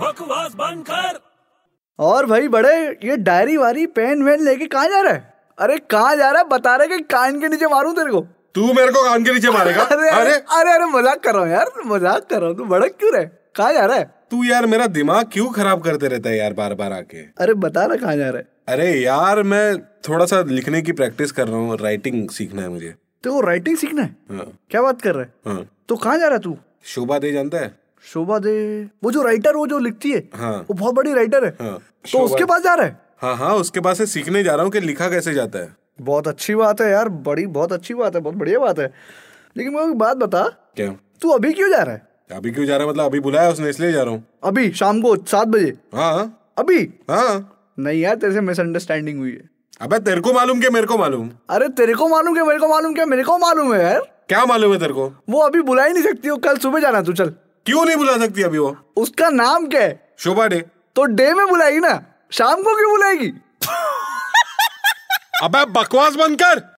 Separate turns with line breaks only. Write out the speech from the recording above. बकवास बंद कर
और भाई बड़े ये डायरी वारी पेन वेन लेके कहाँ जा रहा है अरे कहाँ जा रहा है बता रहे कि कान के नीचे मारूं तेरे को
तू मेरे को कान के नीचे मारेगा
अरे अरे अरे अरे मजाक कर रहा हूँ यार मजाक कर रहा हूँ तू भड़क क्यों रहे कहाँ जा रहा है
तू यार मेरा दिमाग क्यों खराब करते रहता है यार बार बार आके
अरे बता ना कहाँ जा रहा है
अरे यार मैं थोड़ा सा लिखने की प्रैक्टिस कर रहा हूँ राइटिंग सीखना है मुझे
तेरे को राइटिंग सीखना है
हाँ,
क्या बात कर रहा है
हाँ।
तो कहाँ जा रहा है तू
शोभा दे जानता है
शोभा दे वो जो राइटर वो जो लिखती है
हाँ।
वो बहुत बड़ी राइटर है
हाँ,
तो
शोभा-
उसके पास जा रहा है
हाँ हाँ उसके पास से सीखने जा रहा हूँ कि लिखा कैसे जाता है
बहुत अच्छी बात है यार बड़ी बहुत अच्छी बात है बहुत बढ़िया बात है लेकिन मैं एक बात बता
क्या
तू अभी क्यों जा रहा है
अभी क्यों जा रहा है मतलब अभी बुलाया उसने इसलिए जा रहा हूँ
अभी शाम को सात बजे
हाँ
अभी
हाँ
नहीं यार तेरे से मिसअंडरस्टैंडिंग हुई है
अबे तेरे को मालूम क्या मेरे को मालूम
अरे तेरे को मालूम क्या मेरे को मालूम क्या मेरे को मालूम है यार
क्या मालूम है तेरे को
वो अभी बुला ही नहीं सकती वो कल सुबह जाना तू चल
क्यों नहीं बुला सकती अभी वो
उसका नाम क्या है
शोभा डे
तो डे में बुलाएगी ना शाम को क्यों बुलाएगी
अबे बकवास बंद कर